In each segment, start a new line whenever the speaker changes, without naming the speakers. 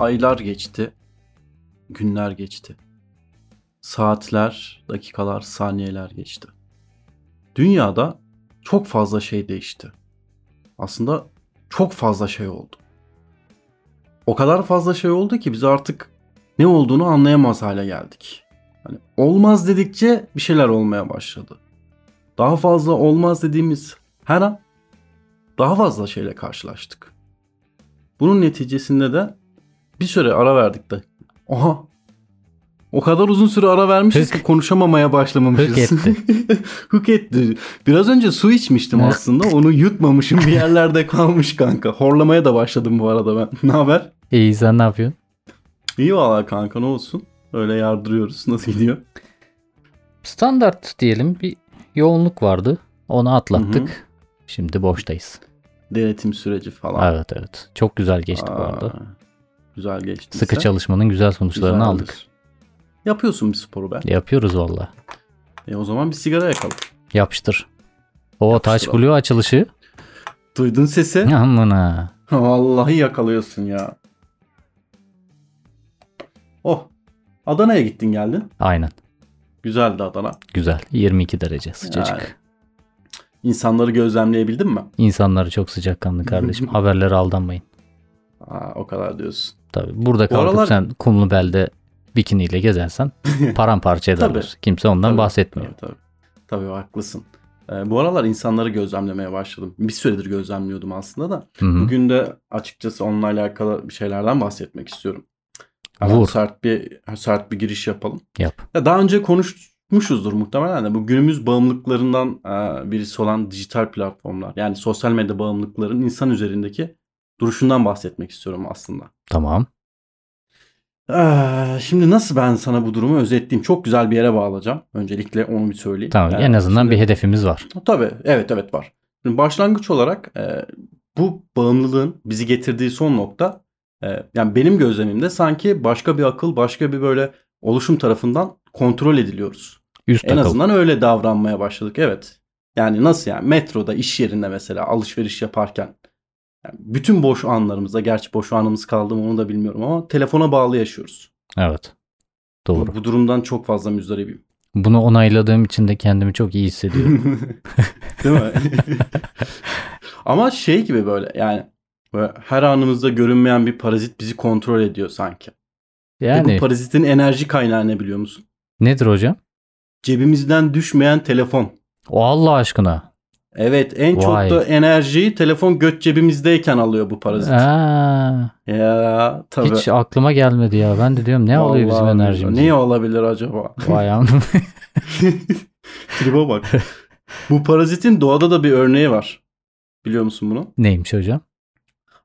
Aylar geçti. Günler geçti. Saatler, dakikalar, saniyeler geçti. Dünyada çok fazla şey değişti. Aslında çok fazla şey oldu. O kadar fazla şey oldu ki biz artık ne olduğunu anlayamaz hale geldik. Hani olmaz dedikçe bir şeyler olmaya başladı. Daha fazla olmaz dediğimiz her an daha fazla şeyle karşılaştık. Bunun neticesinde de bir süre ara verdik de. Aha. O kadar uzun süre ara vermişiz
Hık.
ki konuşamamaya başlamamışız.
Hık etti.
Hık etti. Biraz önce su içmiştim
Evet.
aslında. Onu yutmamışım. Bir yerlerde kalmış kanka. Horlamaya da başladım bu arada ben. Ne haber?
İyi sen ne yapıyorsun?
İyi valla kanka ne olsun. Öyle yardırıyoruz. Nasıl gidiyor?
Standart diyelim bir yoğunluk vardı. Onu atlattık. Şimdi boştayız.
Denetim süreci falan.
Evet evet. Çok güzel geçti bu arada.
Aa, Güzel geçti.
Sıkı çalışmanın güzel sonuçlarını aldık.
Yapıyorsun bir sporu be.
Yapıyoruz valla.
E o zaman bir sigara yakalım.
Yapıştır. O
Yapıştır Eh.
taş
abi.
blue açılışı.
Duydun sesi?
Amına.
Vallahi yakalıyorsun ya. Oh. Adana'ya gittin geldin.
Aynen.
Güzeldi Adana.
Güzel. 22 derece sıcacık.
Yani. İnsanları gözlemleyebildin mi?
İnsanları çok sıcakkanlı kardeşim. Haberlere aldanmayın.
Aa, o kadar diyorsun.
Tabii burada
Bu
kalkıp
aralar-
sen kumlu belde bikiniyle gezersen paramparça ederler.
Tabii.
Kimse ondan
Tabii,
bahsetmiyor.
Tabii tabii. Tabii haklısın. Ee, bu aralar insanları gözlemlemeye başladım. Bir süredir gözlemliyordum aslında da.
Hı hı.
Bugün de açıkçası onunla alakalı bir şeylerden bahsetmek istiyorum. Hemen
Vur.
Sert bir sert bir giriş yapalım.
Yap.
Ya daha önce konuşmuşuzdur muhtemelen de bu günümüz bağımlılıklarından e, birisi olan dijital platformlar yani sosyal medya bağımlılıkların insan üzerindeki duruşundan bahsetmek istiyorum aslında.
Tamam.
Ee, şimdi nasıl ben sana bu durumu özetleyeyim? Çok güzel bir yere bağlayacağım. Öncelikle onu bir söyleyeyim.
Tamam.
Ee,
en azından
şimdi-
bir hedefimiz var.
Tabii evet evet var. Şimdi başlangıç olarak e, bu bağımlılığın bizi getirdiği son nokta e, yani benim gözlemimde sanki başka bir akıl başka bir böyle oluşum tarafından kontrol ediliyoruz.
Üst
En
akıl.
azından öyle davranmaya başladık evet. Yani nasıl yani metroda iş yerinde mesela alışveriş yaparken yani bütün boş anlarımızda gerçi boş anımız kaldı mı onu da bilmiyorum ama telefona bağlı yaşıyoruz.
Evet. Doğru.
Bu durumdan çok fazla müzdaribim.
Bunu onayladığım için de kendimi çok iyi hissediyorum.
Değil mi? Ama şey gibi böyle yani böyle her anımızda görünmeyen bir parazit bizi kontrol ediyor sanki. Ve
Yani
bu parazitin enerji kaynağı ne biliyor musun?
nedir hocam?
Cebimizden düşmeyen telefon.
O Allah aşkına.
Evet en
Vay.
çok da enerjiyi telefon göt cebimizdeyken alıyor bu parazit.
Aa,
Ya tabii.
hiç aklıma gelmedi ya. Ben de diyorum ne alıyor
Vallahi
bizim
billahi.
enerjimizi?
Ne olabilir acaba?
Vay am-
Tribe bak. bu parazitin doğada da bir örneği var. Biliyor musun bunu?
Neymiş hocam?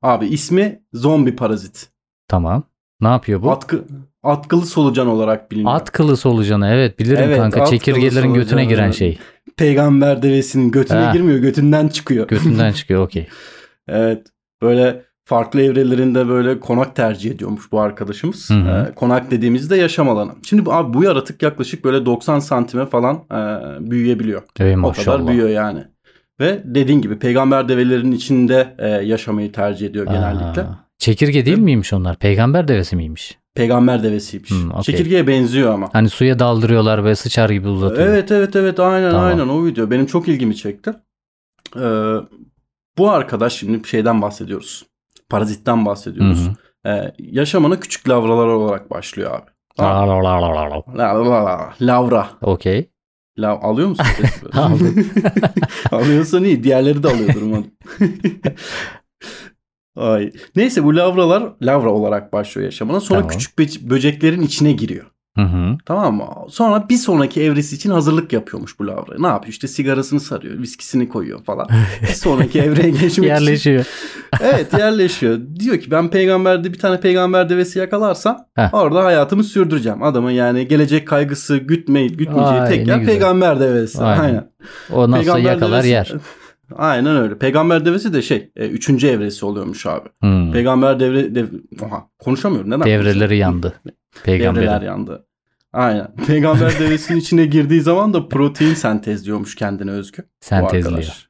Abi ismi zombi parazit.
Tamam. Ne yapıyor bu?
Atkı, atkılı solucan olarak biliniyor.
At kılı solucanı evet bilirim
Evet,
kanka
at kılı
çekirgelerin götüne
solucanı.
giren şey.
Peygamber devesinin götüne
Ha.
girmiyor, götünden çıkıyor.
Götünden çıkıyor okey.
evet. Böyle farklı evrelerinde böyle konak tercih ediyormuş bu arkadaşımız.
Hı hı.
Ee, konak dediğimizde yaşam alanı. Şimdi bu, abi bu yaratık yaklaşık böyle 90 santime falan e, büyüyebiliyor.
Ey
O kadar
maşallah.
büyüyor yani. Ve dediğin gibi peygamber develerinin içinde e, yaşamayı tercih ediyor genellikle.
Aa, çekirge değil miymiş onlar? Peygamber devesi miymiş?
Peygamber devesiymiş.
Hmm, okey.
Çekirgeye benziyor ama.
Hani suya daldırıyorlar ve sıçar gibi uzatıyor.
Evet evet evet aynen
Tamam.
aynen o video benim çok ilgimi çekti. Ee, bu arkadaş şimdi bir şeyden bahsediyoruz. Parazitten
Hı
bahsediyoruz.
hı.
Ee, yaşamına küçük lavralar olarak başlıyor abi. Tamam.
La la la la la.
La- la- la- Lavra.
Okey.
La- alıyor musun? sesi böyle?
Aldım.
Alıyorsan iyi. Diğerleri de alıyordur umarım. Ay. Neyse bu lavralar lavra olarak başlıyor yaşamına. Sonra
Tamam.
küçük böce- böceklerin içine giriyor.
Hı hı.
Tamam mı? Sonra bir sonraki evresi için hazırlık yapıyormuş bu Lavra. Ne yapıyor? İşte sigarasını sarıyor, viskisini koyuyor falan. Bir sonraki evreye geçmek için.
Yerleşiyor.
Evet yerleşiyor. Diyor ki ben peygamberde bir tane peygamber devesi yakalarsam
Heh.
orada hayatımı sürdüreceğim. Adamın yani gelecek kaygısı gütmeyi, gütmeyeceği
Vay,
tek
ne
yer
güzel.
peygamber devesi.
Aynen. O nasıl
Peygamber
yakalar
devesi-
yer.
Aynen öyle. Peygamber devesi de şey e, üçüncü evresi oluyormuş abi.
Hı.
Peygamber devre... dev... Oha konuşamıyorum. Neden?
Devreleri yandı.
Devreler
Peygamberin.
yandı. Aynen. Peygamber devesinin içine girdiği zaman da protein sentezliyormuş kendine özgü. bu
Sentezliyor.
arkadaş.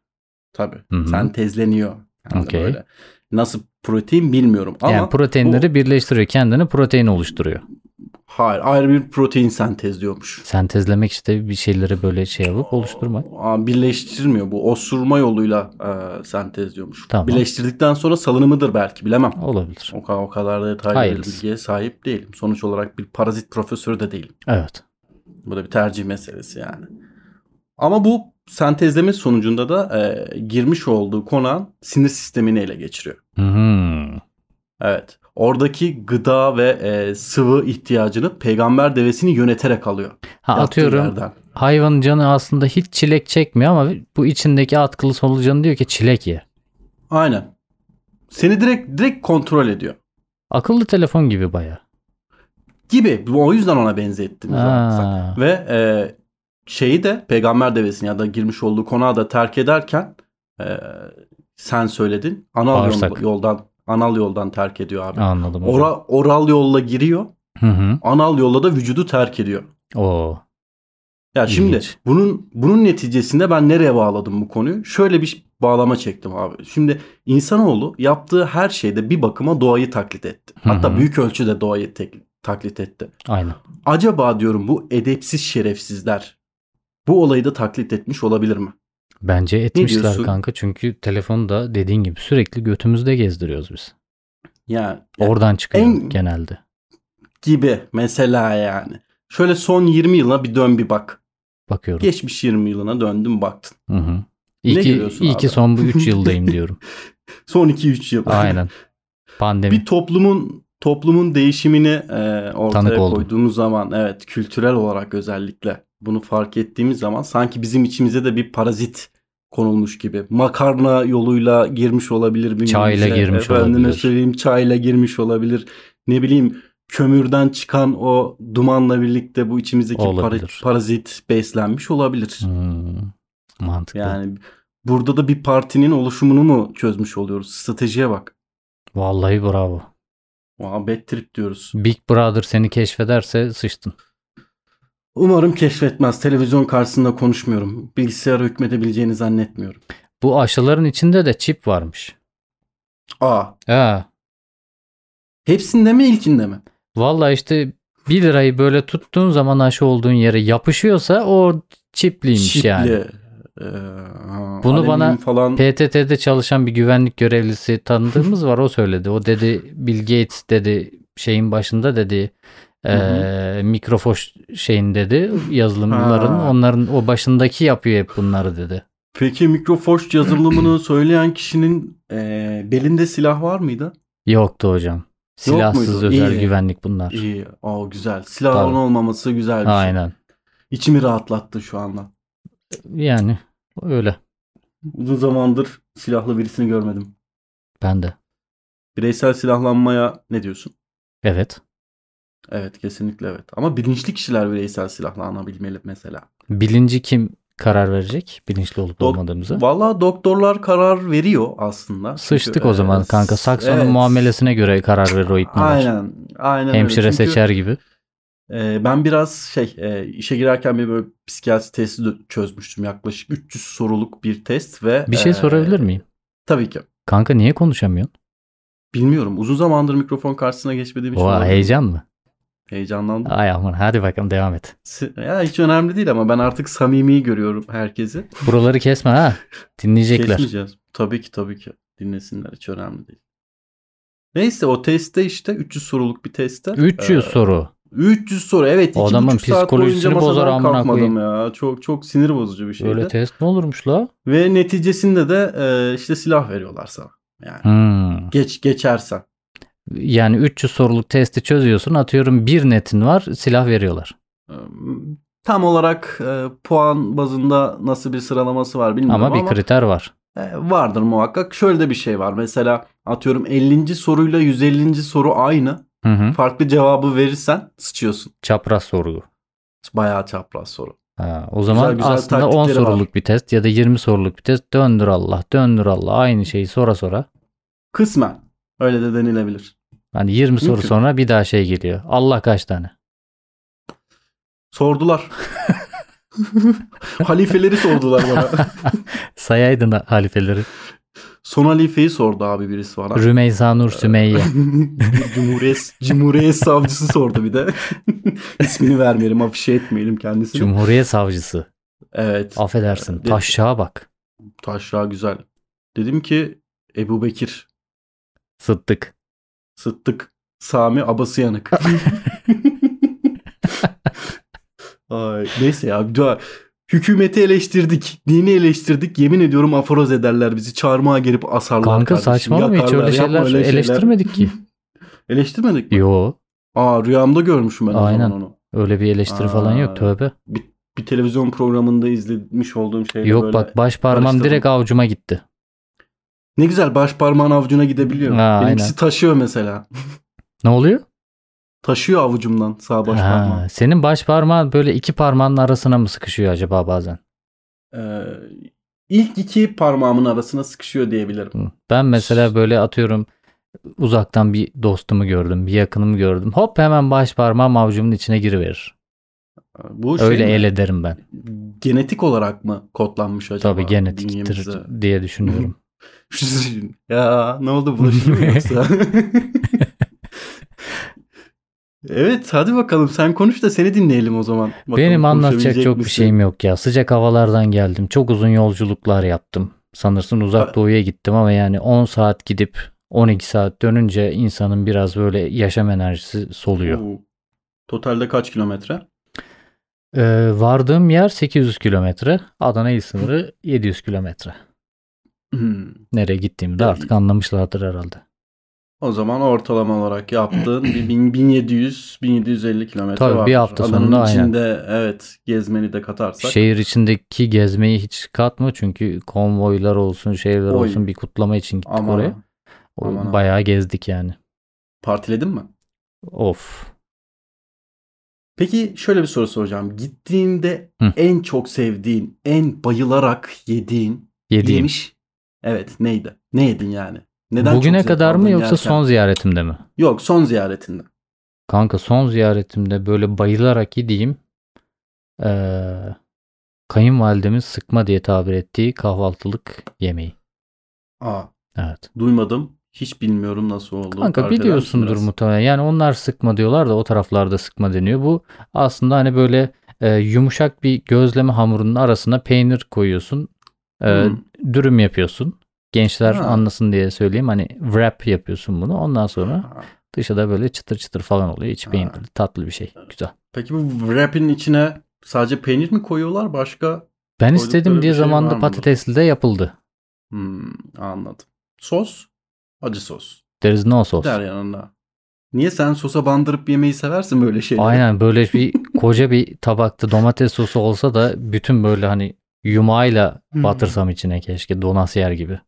Tabii.
Hı hı.
Sentezleniyor. Yani
Okey.
böyle. Nasıl protein bilmiyorum ama
yani proteinleri birleştiriyor. Kendini protein oluşturuyor.
hayır ayrı bir protein sentezliyormuş.
Sentezlemek işte bir şeyleri böyle şey yapıp oluşturmak.
Aa, Birleştirmiyor bu osurma yoluyla e, sentezliyormuş.
Tamam.
Birleştirdikten sonra salınımıdır belki bilemem.
Olabilir.
O kadar, o kadar da detaylı bir
Hayırlısı.
bilgiye sahip değilim. Sonuç olarak bir parazit profesörü de değilim.
Evet.
Bu da bir tercih meselesi yani. Ama bu sentezleme sonucunda da e, girmiş olduğu konağın sinir sistemini ele geçiriyor.
Hmm.
Evet. Oradaki gıda ve e, sıvı ihtiyacını peygamber devesini yöneterek alıyor.
Ha,
Yattığı
atıyorum
yerden.
hayvanın canı aslında hiç çilek çekmiyor ama bu içindeki atkılı solucanı diyor ki çilek ye.
Aynen. Seni direkt direkt kontrol ediyor.
Akıllı telefon gibi baya.
Gibi. Bu- O yüzden ona benzettim. zaten.
Ha.
Ve e, şeyi de peygamber devesini ya da girmiş olduğu konağı da terk ederken e, sen söyledin. Anal
Bağırsak.
yol- yoldan anal yoldan terk ediyor abi.
Anladım. hocam.
Ora, oral yolla giriyor.
Hı hı.
Anal yolla da vücudu terk ediyor.
Oo.
Ya
İlginç.
şimdi bunun bunun neticesinde ben nereye bağladım bu konuyu? Şöyle bir bağlama çektim abi. Şimdi insanoğlu yaptığı her şeyde bir bakıma doğayı taklit etti.
Hı hı.
Hatta büyük ölçüde doğayı tek- taklit etti.
Aynen.
Acaba diyorum bu edepsiz şerefsizler bu olayı da taklit etmiş olabilir mi?
Bence etmişler
diyorsun?
kanka çünkü telefonu da dediğin gibi sürekli götümüzde gezdiriyoruz biz.
Yani
Oradan çıkıyor
en-
genelde.
gibi mesela yani. Şöyle son 20 yılına bir dön bir bak.
Bakıyorum.
Geçmiş 20 yılına döndün baktın.
Hı hı.
Ne
İyi, ki,
görüyorsun
iyi
abi?
ki son bu 3 yıldayım diyorum.
Son 2-3 yıl.
Aynen. Pandemi.
Bir toplumun toplumun değişimini e, ortaya
Tanık oldum.
koyduğumuz zaman evet kültürel olarak özellikle bunu fark ettiğimiz zaman sanki bizim içimize de bir parazit konulmuş gibi. Makarna yoluyla girmiş olabilir birbirimize.
Çayla girmiş
Efendime
olabilir.
söyleyeyim çayla girmiş olabilir. Ne bileyim kömürden çıkan o dumanla birlikte bu içimizdeki para-
Olabilir.
parazit beslenmiş olabilir.
Hmm. Mantıklı.
Yani burada da bir partinin oluşumunu mu çözmüş oluyoruz? Stratejiye bak.
Vallahi bravo.
Muhabbet trip diyoruz.
Big Brother seni keşfederse sıçtın.
Umarım keşfetmez. Televizyon karşısında konuşmuyorum. Bilgisayara hükmedebileceğini zannetmiyorum.
Bu aşıların içinde de çip varmış.
Aa,
Ha.
hepsinde mi ilkinde mi?
Vallahi işte 1 lirayı böyle tuttuğun zaman aşı olduğun yere yapışıyorsa o çipliymiş
Çipli,
yani.
e, ha,
Bunu
alüminyum
bana
falan
PTT'de çalışan bir güvenlik görevlisi tanıdığımız var o söyledi. O dedi Bill Gates dedi şeyin başında dedi
Hı hı.
eee mikrofoş şeyin dedi yazılımların
Ha.
onların o başındaki yapıyor hep bunları dedi.
Peki mikrofoş yazılımını söyleyen kişinin e, belinde silah var mıydı?
Yoktu hocam. Silahsız
muydu?
özel
İyi.
güvenlik bunlar.
İyi. Aa güzel. Silahın
Tabii.
olmaması güzel bir şey.
Aynen.
İçimi rahatlattı şu anda.
Yani öyle.
Uzun zamandır silahlı birisini görmedim.
Ben de.
Bireysel silahlanmaya ne diyorsun?
Evet.
Evet kesinlikle evet. Ama bilinçli kişiler bireysel silahlanabilmeli mesela.
Bilinci kim karar verecek? Bilinçli olup
Dok-
olmadığımızı.
Valla doktorlar karar veriyor aslında. Çünkü,
Sıçtık
e,
o zaman kanka. Saksonun
evet.
muamelesine göre karar verir o ipneler.
Aynen. aynen öyle.
Hemşire
Çünkü,
seçer gibi.
e, ben biraz şey e, işe girerken bir böyle psikiyatri testi de çözmüştüm. Yaklaşık 300 soruluk bir test ve...
Bir şey
e,
sorabilir miyim?
Tabii ki.
Kanka niye konuşamıyorsun?
Bilmiyorum. Uzun zamandır mikrofon karşısına geçmediğim için
Oha
şey olabilir.
heyecan mı?
heyecanlandım.
Ay aman hadi bakalım devam et.
Si- Ya hiç önemli değil ama ben artık samimi görüyorum herkesi.
Buraları kesme ha. Dinleyecekler.
Kesmeyeceğiz. Tabii ki tabii ki. Dinlesinler hiç önemli değil. Neyse o testte işte 300 soruluk bir testte.
300
e,
soru.
300 soru evet. iki
O adamın
buçuk saat boyunca
psikolojisini bozar
masadan
amına
kalkmadım
koyayım.
ya. Çok çok sinir bozucu bir şeydi.
Böyle test mi olurmuş la?
Ve neticesinde de e, işte silah veriyorlar sana. Yani
Hmm.
geç geçersen.
Yani 300 soruluk testi çözüyorsun. Atıyorum bir netin var silah veriyorlar.
E, Tam olarak e, puan bazında nasıl bir sıralaması var bilmiyorum
Ama,
ama,
bir kriter var.
e, vardır muhakkak. Şöyle de bir şey var. Mesela atıyorum 50. soruyla 150. soru aynı.
Hı hı.
Farklı cevabı verirsen sıçıyorsun.
Çapraz soru.
Bayağı çapraz soru.
Ha, o zaman
Güzel, güzel
aslında 10
taktikleri var.
soruluk bir test ya da 20 soruluk bir test döndür Allah döndür Allah aynı şeyi sonra sonra.
Kısmen öyle de denilebilir.
Hani 20 soru
Mümkün.
sonra bir daha şey geliyor. Allah kaç tane?
Sordular. Halifeleri sordular bana.
Sayaydın halifeleri.
Sona Life'yi sordu abi birisi bana.
Rümeysa Nur Sümeyye.
Cumhuriyet, Cumhuriyet savcısı sordu bir de. İsmini vermeyelim, afişe etmeyelim kendisini.
Cumhuriyet Savcısı.
evet.
Affedersin.
Evet.
Taşşağa bak.
Taşra güzel. Dedim ki Ebu Bekir,
Sıddık.
Sıddık, Sami Abasıyanık. Ay, neyse ya. Daha, hükümeti eleştirdik. Dini eleştirdik. Yemin ediyorum aforoz ederler bizi. Çarmıha gelip asarlar.
Kanka
kardeşim,
saçmalama hiç
yakarlar,
öyle
yapma
şeyler
öyle
eleştirmedik ki.
Eleştirmedik mi?
Yo.
Aa rüyamda görmüşüm ben o
Aynen.
zaman onu.
Öyle bir eleştiri falan
Aa,
yok tövbe.
Bir, bir televizyon programında izlemiş olduğum şeyler
Yok
böyle.
bak baş parmağım
karıştırdım.
direkt avucuma gitti.
Ne güzel baş parmağın avucuna gidebiliyor.
Ha,
Benimkisi
aynen.
taşıyor mesela.
Ne oluyor?
Taşıyor avucumdan sağ baş
Ha,
parmağım.
senin baş parmağın böyle iki parmağının arasına mı sıkışıyor acaba bazen?
Ee, ilk iki parmağımın arasına sıkışıyor diyebilirim.
Hı. Ben mesela böyle atıyorum uzaktan bir dostumu gördüm, bir yakınımı gördüm. Hop hemen baş parmağım avucumun içine giriverir.
Bu şey
Öyle
mi?
el ederim ben.
genetik olarak mı kodlanmış acaba?
Tabii genetiktir
bünyemize?
diye düşünüyorum.
ya ne oldu bulaşıyor mu yoksa? evet hadi bakalım sen konuş da seni dinleyelim o zaman. Bakalım
Benim anlatacak
konuşabilecek
çok bir
misin?
şeyim yok ya. Sıcak havalardan geldim. Çok uzun yolculuklar yaptım. Sanırsın
Ha-
uzak doğuya gittim ama yani 10 saat gidip 12 saat dönünce insanın biraz böyle yaşam enerjisi soluyor.
Oo. Totalde kaç kilometre?
Ee, vardığım yer 800 kilometre. Adana il sınırı 700 kilometre.
Hmm.
Nereye gittiğimi de artık anlamışlardır herhalde.
O zaman ortalama olarak yaptığın bir bin- 1700 1750 kilometre
Tabii, bir
vardır.
hafta
Adanın
sonunda aynen. Şey,
içinde evet gezmeni de katarsak.
Şehir içindeki gezmeyi hiç katma çünkü konvoylar olsun şeyler
Oy.
olsun bir kutlama için gittik
Aman
oraya.
ha.
O-
aman ha.
Bayağı gezdik yani.
partiledin mi?
Of.
Peki şöyle bir soru soracağım. Gittiğinde
Hı.
en çok sevdiğin, en bayılarak yediğin
Yediğim.
yemiş. Evet, neydi? Ne yedin yani? Neden
Bugüne
çok zevk
kadar mı
aldın
yoksa
yerken?
son ziyaretimde mi?
Yok, son ziyaretinde.
Kanka son ziyaretimde böyle bayılarak yediğim eee kayınvalidemin sıkma diye tabir ettiği kahvaltılık yemeği.
Aa,
Evet.
duymadım. Hiç bilmiyorum nasıl oldu.
Kanka
Tarif eder
biliyorsundur
misin
muhtemelen. Yani onlar sıkma diyorlar da o taraflarda sıkma deniyor. Bu aslında hani böyle e, yumuşak bir gözleme hamurunun arasına peynir koyuyorsun. E,
biraz? Hmm.
Dürüm yapıyorsun. Gençler
Ha.
anlasın diye söyleyeyim. Hani wrap yapıyorsun bunu. Ondan sonra
Aa,
dışı da böyle çıtır çıtır falan oluyor. İçi
Ha.
peynirli tatlı bir şey. Güzel.
Peki bu wrap'in içine sadece peynir mi koyuyorlar başka?
Ben
Koydukları bir
istedim diye
şey var
zamanında
mı?
patatesli de yapıldı.
Hmm, anladım. Sos, acı sos.
There is no sauce.
Der yanında. Niye sen sosa bandırıp yemeyi seversin böyle şeyleri?
Aynen böyle bir koca bir tabakta domates sosu olsa da bütün böyle hani yumağıyla
Hmm.
batırsam içine keşke donasiyer gibi.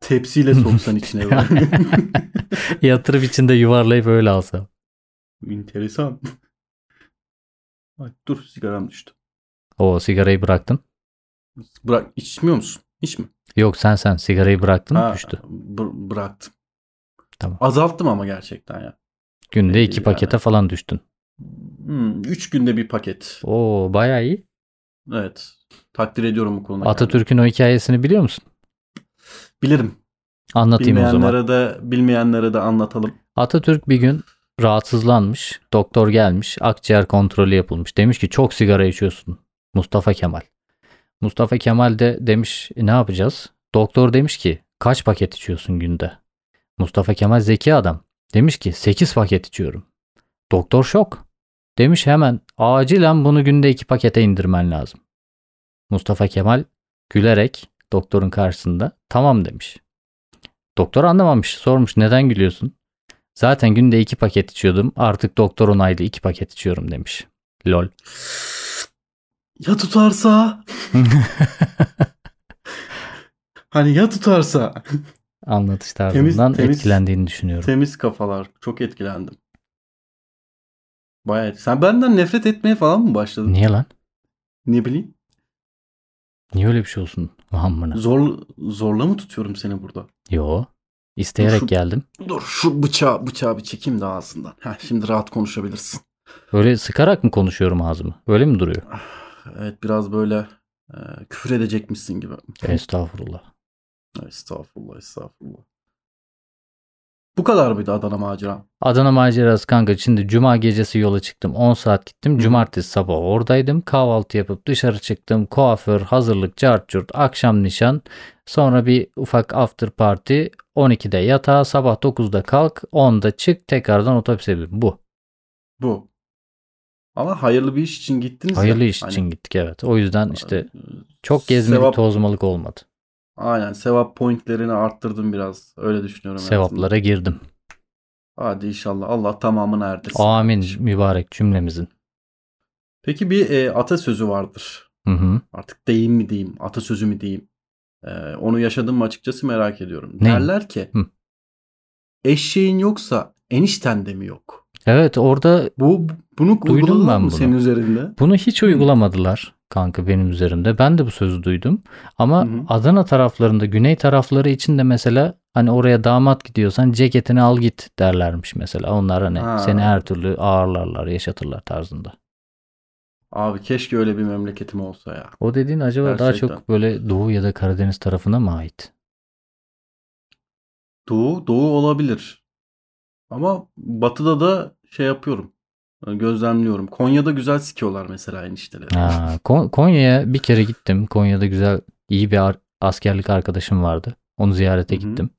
Tepsiyle soksan içine böyle.
Yatırıp içinde yuvarlayıp öyle alsam.
Enteresan. Ay, dur sigaram düştü.
O sigarayı bıraktın.
Bırak içmiyor musun? Hiç mi?
Yok sen sen sigarayı bıraktın
Ha,
düştü.
bı- bıraktım.
Tamam.
Azalttım ama gerçekten ya.
Günde
iyi
iki
yani.
pakete falan düştün.
Hmm, üç günde bir paket.
Oo bayağı iyi.
Evet. Takdir ediyorum bu konuda. kendimi.
Atatürk'ün o hikayesini biliyor musun?
Bilirim.
Anlatayım o zaman.
Bilmeyenlere de, bilmeyenlere de anlatalım.
Atatürk bir gün rahatsızlanmış. Doktor gelmiş. Akciğer kontrolü yapılmış. Demiş ki çok sigara içiyorsun. Mustafa Kemal. Mustafa Kemal de demiş "E, ne yapacağız? Doktor demiş ki kaç paket içiyorsun günde? Mustafa Kemal zeki adam. Demiş ki 8 paket içiyorum. Doktor şok. Demiş hemen acilen bunu günde 2 pakete indirmen lazım. Mustafa Kemal gülerek doktorun karşısında tamam demiş. Doktor anlamamış sormuş neden gülüyorsun? Zaten günde iki paket içiyordum. Artık doktor onaylı iki paket içiyorum demiş. Lol.
Ya tutarsa? Hani ya tutarsa?
Anlatış
Temiz-
tarzından
temiz-
etkilendiğini düşünüyorum.
Temiz kafalar. Çok etkilendim. Bayağı. Sen benden nefret etmeye falan mı başladın?
Niye lan?
Ne bileyim.
Niye öyle bir şey olsun? Muhammına.
Zor, zorla mı tutuyorum seni burada?
Yo. İsteyerek
Şu-
geldim.
Dur şu bıçağı bıçağı bir çekeyim de ağzından. Heh, şimdi rahat konuşabilirsin.
Öyle sıkarak mı konuşuyorum ağzımı? Öyle mi duruyor?
Evet biraz böyle e, küfür edecekmişsin gibi.
Estağfurullah.
Estağfurullah estağfurullah. Bu kadar mıydı Adana macera?
Adana macerası kanka. Şimdi cuma gecesi yola çıktım. 10 saat gittim. Cumartesi sabah oradaydım. Kahvaltı yapıp dışarı çıktım. Kuaför, hazırlık, cart curt, akşam nişan. Sonra bir ufak after party. 12'de yatağa, sabah 9'da kalk, 10'da çık, tekrardan otobüse bin. Bu.
Bu. Ama hayırlı bir iş için gittiniz ya.
Hayırlı iş
Hani,
için gittik evet. O yüzden işte
e,
çok gezmelik
sevap-
tozmalık olmadı.
Aynen sevap pointlerini arttırdım biraz. Öyle düşünüyorum. en azından.
Sevaplara girdim.
Hadi inşallah Allah tamamını erdirsin.
Amin mübarek cümlemizin.
Peki bir e, atasözü vardır.
Hı hı.
Artık deyim mi diyeyim, atasözü mü diyeyim. Ee, onu yaşadım mı açıkçası merak ediyorum.
Ne?
Derler ki
Hı.
eşeğin yoksa enişten de mi yok?
Evet orada
Bu bunu
Duydum
uyguladılar
ben
mı
bunu.
senin üzerinde?
Bunu hiç uygulamadılar kanka benim üzerimde. Ben de bu sözü duydum. Ama
Hı hı.
Adana taraflarında, güney tarafları için de mesela hani oraya damat gidiyorsan ceketini al git derlermiş mesela. Onlar hani
Ha.
seni her türlü ağırlarlar, yaşatırlar tarzında.
Abi keşke öyle bir memleketim olsa ya.
O dediğin acaba daha
Gerçekten.
çok böyle Doğu ya da Karadeniz tarafına mı ait?
Doğu, doğu olabilir. Ama batıda da şey yapıyorum. e, Gözlemliyorum. Konya'da güzel sikiyorlar mesela enişteleri.
Ha, Kon- Konya'ya bir kere gittim. Konya'da güzel, iyi bir ar- askerlik arkadaşım vardı. Onu ziyarete
Hı hı.
gittim.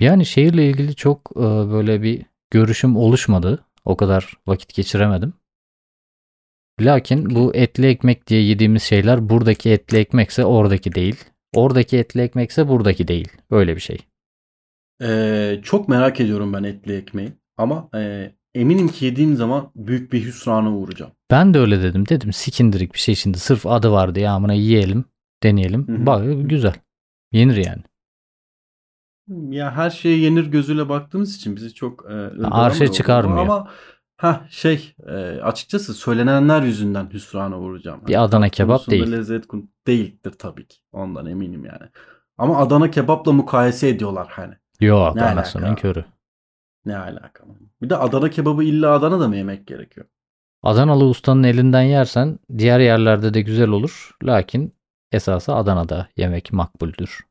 Yani şehirle ilgili çok e, böyle bir görüşüm oluşmadı. O kadar vakit geçiremedim. Lakin bu etli ekmek diye yediğimiz şeyler buradaki etli ekmekse oradaki değil. Oradaki etli ekmekse buradaki değil. Öyle bir şey.
Ee, çok merak ediyorum ben etli ekmeği. Ama e, eminim ki yediğim zaman büyük bir hüsrana uğrayacağım.
Ben de öyle dedim. Dedim sikindirik bir şey şimdi. Sırf adı vardı ya amına yiyelim, deneyelim.
Hı hı.
Bak güzel. Yenir yani.
Hmm, Ya her şeye yenir gözüyle baktığımız için bizi çok e, ılgalamıyor
arşa
bu.
şey çıkarmıyor.
Ama ha şey e, açıkçası söylenenler yüzünden hüsrana uğrayacağım.
Bir Adana
tat
kebap
konusunda
değil.
Lezzet kon- değildir tabii ki. Ondan eminim yani. Ama Adana kebapla mukayese ediyorlar hani.
Yok
Ne
anasının
alaka?
körü.
Ne alaka? Bir de Adana kebabı illa Adana'da mı yemek gerekiyor?
Adanalı ustanın elinden yersen diğer yerlerde de güzel olur. Lakin esası Adana'da yemek makbuldür.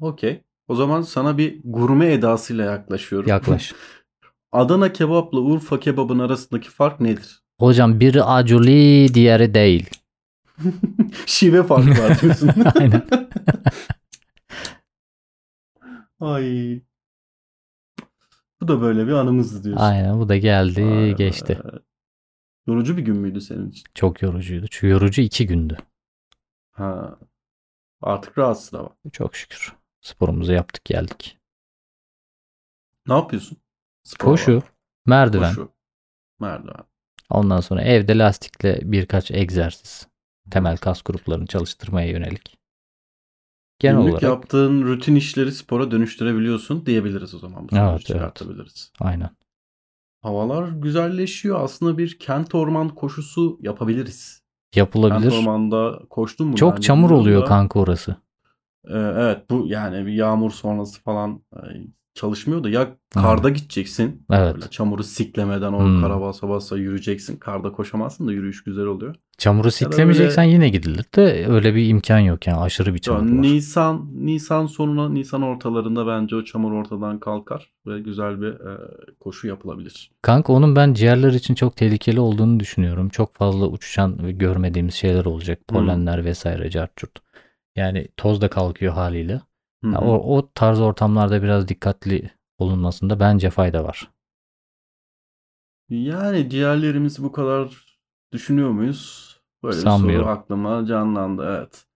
Okey. O zaman sana bir gurme edasıyla yaklaşıyorum.
Yaklaş.
Adana kebapla Urfa kebabın arasındaki fark nedir?
Hocam biri aculi diğeri değil.
Şive farkı var diyorsun.
Aynen.
Ay. Bu da böyle bir anımızdı diyorsun.
Aynen bu da geldi
Vay be.
geçti.
Yorucu bir gün müydü senin için?
Çok yorucuydu. Çünkü yorucu iki gündü.
Ha. Artık rahatsın ama.
Çok şükür. Sporumuzu yaptık geldik.
Ne yapıyorsun? Spor
Koşu,
var.
merdiven.
Koşu. Merdiven.
Ondan sonra evde lastikle birkaç egzersiz. Temel kas gruplarını çalıştırmaya yönelik. Genel
Günlük
olarak
yaptığın rutin işleri spora dönüştürebiliyorsun diyebiliriz o zaman. Bu sonucu
Evet, evet.
çıkartabiliriz.
aynen.
Havalar güzelleşiyor. Aslında bir kent orman koşusu yapabiliriz.
Yapılabilir.
Kent ormanda koştun mu?
Çok
ben
çamur
bilmiyorum
oluyor
da.
kanka orası.
Ee, evet bu yani bir yağmur sonrası falan e, çalışmıyor da ya karda giteceksin.
Evet.
Böyle çamuru siklemeden o
Hmm.
karabasa basa yürüyeceksin. Karda koşamazsın da yürüyüş güzel oluyor.
Çamuru siklemeyeceksen yine gidilir de öyle bir imkan yok yani aşırı bir
Ya
çamur var.
Nisan Nisan sonuna Nisan ortalarında bence o çamur ortadan kalkar ve güzel bir e, koşu yapılabilir.
Kanka onun ben ciğerler için çok tehlikeli olduğunu düşünüyorum. Çok fazla uçuşan ve görmediğimiz şeyler olacak.
Hmm.
Polenler vesaire cart curt. Yani toz da kalkıyor haliyle.
Hı
Ya
hı.
o, o tarz ortamlarda biraz dikkatli olunmasında bence fayda var.
Yani ciğerlerimizi bu kadar düşünüyor muyuz? Böyle bir
Sanmıyorum.
soru aklıma canlandı evet.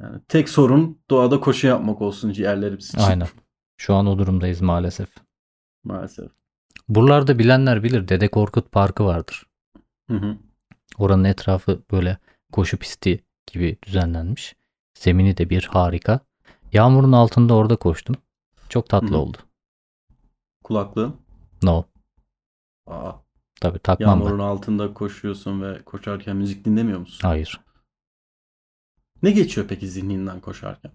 Yani tek sorun doğada koşu yapmak olsun ciğerlerimiz için.
Aynen. Şu an o durumdayız maalesef.
Maalesef.
Buralarda bilenler bilir Dede Korkut Parkı vardır.
Hı hı.
Oranın etrafı böyle koşu pisti gibi düzenlenmiş. Zemini de bir harika. Yağmurun altında orada koştum. Çok tatlı
Hı hı.
oldu.
Kulaklığın.
No.
Aa,
Tabii takmam
yağmurun altında koşuyorsun ve koşarken müzik dinlemiyor musun?
ben. Hayır.
Ne geçiyor peki zihninden koşarken?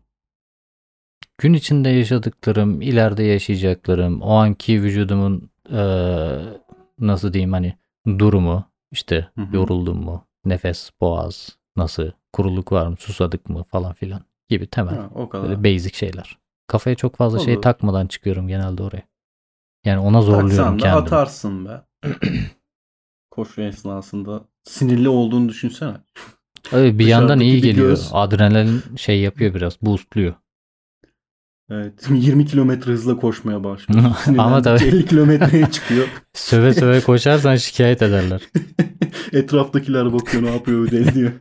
Gün içinde yaşadıklarım, ileride yaşayacaklarım, o anki vücudumun eee, nasıl diyeyim hani durumu, işte
Hı hı.
yoruldum mu, nefes, boğaz nasıl, kuruluk var mı, susadık mı falan filan. gibi temel.
Ha, o kadar.
Böyle basic şeyler. Kafaya çok fazla şey
Olur.
takmadan çıkıyorum genelde oraya. Yani ona zorluyorum
Taksan da
kendimi.
atarsın be. Koşu esnasında sinirli olduğunu düşünsene.
Abi bir yandan iyi
Dışarıdaki bir
geliyor.
göz.
Adrenalin şey yapıyor biraz, boostluyor.
Evet. 20 kilometre hızla koşmaya başlıyor.
Ama tabii-
50 kilometreye çıkıyor.
Söve söve koşarsan şikayet ederler.
Etraftakiler bakıyor ne yapıyor deli diyor.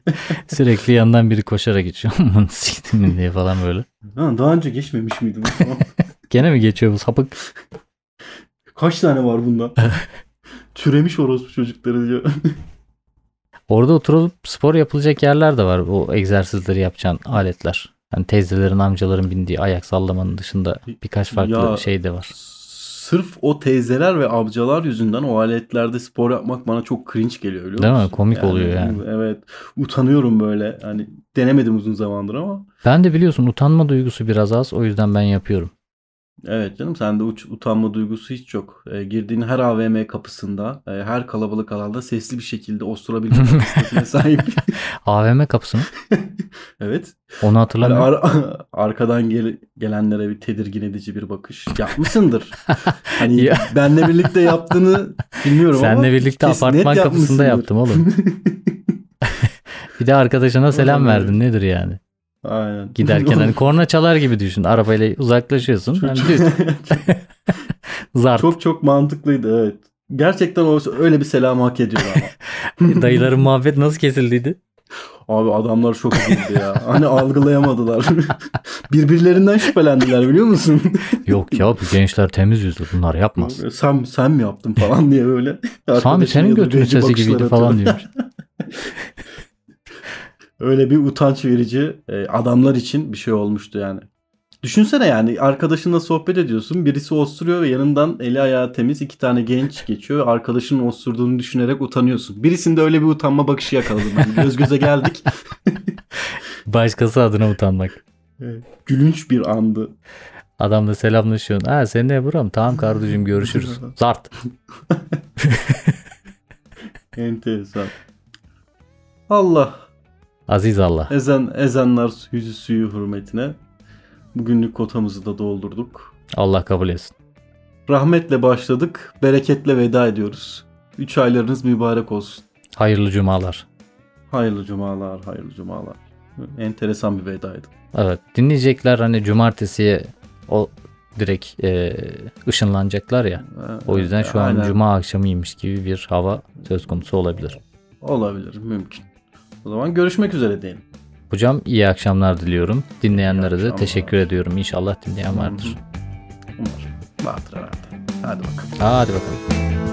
Sürekli yandan biri koşarak geçiyor. "Aman Siktimin diye falan böyle.
Ha, daha önce geçmemiş miydi bu falan?
Gene mi geçiyor bu sapık?
Kaç tane var bundan? Türemiş orospu çocukları diyor.
Orada oturup spor yapılacak yerler de var. O egzersizleri yapacağın aletler. Yani teyzelerin, amcaların bindiği ayak sallamanın dışında birkaç farklı
Ya-
şey de var.
Sırf o teyzeler ve amcalar yüzünden o aletlerde spor yapmak bana çok cringe geliyor biliyor
Değil mi?
musun?
Komik oluyor yani.
Evet. Utanıyorum böyle. Hani denemedim uzun zamandır ama.
Ben de biliyorsun utanma duygusu biraz az. O yüzden ben yapıyorum.
Evet canım sende uç, utanma duygusu hiç yok. Ee, girdiğin her AVM kapısında, e, her kalabalık alanda sesli bir şekilde osturabilme kapasitesine sahip.
AVM kapısını.
evet.
Onu
Hani
hatırlamıyorum.
ar- arkadan gel- gelenlere bir tedirgin edici bir bakış yapmışsındır. hani
Ya.
benle birlikte yaptığını bilmiyorum ama.
Senle birlikte
kesin net
apartman
yapmışsındır.
kapısında yaptım oğlum. Bir de arkadaşına selam
Aynen öyle.
verdin nedir yani?
Aynen.
Giderken hani korna çalar gibi düşün. Arabayla uzaklaşıyorsun.
çok,
Hani düz, zart.
çok çok mantıklıydı evet. Gerçekten o öyle bir selam hak ediyor ama.
E, Dayıların muhabbet nasıl kesildiydi?
Abi adamlar şok edildi ya. Hani algılayamadılar. Birbirlerinden şüphelendiler biliyor musun?
Yok ya bu gençler temiz yüzlü bunlar yapmaz.
sen sen mi yaptın falan diye böyle.
Sami senin götünün sesi gibiydi falan
diyor.
diyor.
Öyle bir utanç verici e, adamlar için bir şey olmuştu yani. Düşünsene yani arkadaşınla sohbet ediyorsun. Birisi osuruyor ve yanından eli ayağı temiz iki tane genç geçiyor. Arkadaşının osurduğunu düşünerek utanıyorsun. Birisinde öyle bir utanma bakışı yakaladım ben. Göz göze geldik.
Başkası adına utanmak.
Gülünç bir andı.
Adamla selamlaşıyorsun. Ha sen ne buram? Tamam kardeşim görüşürüz. Zart.
Enteresan. Allah
Aziz Allah.
ezen ezenler yüzü suyu hürmetine bugünlük kotamızı da doldurduk.
Allah kabul etsin.
Rahmetle başladık, bereketle veda ediyoruz. Üç aylarınız mübarek olsun.
Hayırlı cumalar.
Hayırlı cumalar, hayırlı cumalar. Enteresan bir vedaydı.
Evet dinleyecekler hani cumartesiye o direkt e, ışınlanacaklar ya. O yüzden şu an
Aynen.
cuma akşamıymış gibi bir hava söz konusu olabilir.
Olabilir, mümkün. O zaman görüşmek üzere diyelim.
Hocam iyi akşamlar diliyorum. Dinleyenlere de
akşamlar.
teşekkür ediyorum. İnşallah dinleyen vardır.
Umarım. Vardır herhalde. Hadi bakalım.
Hadi bakalım.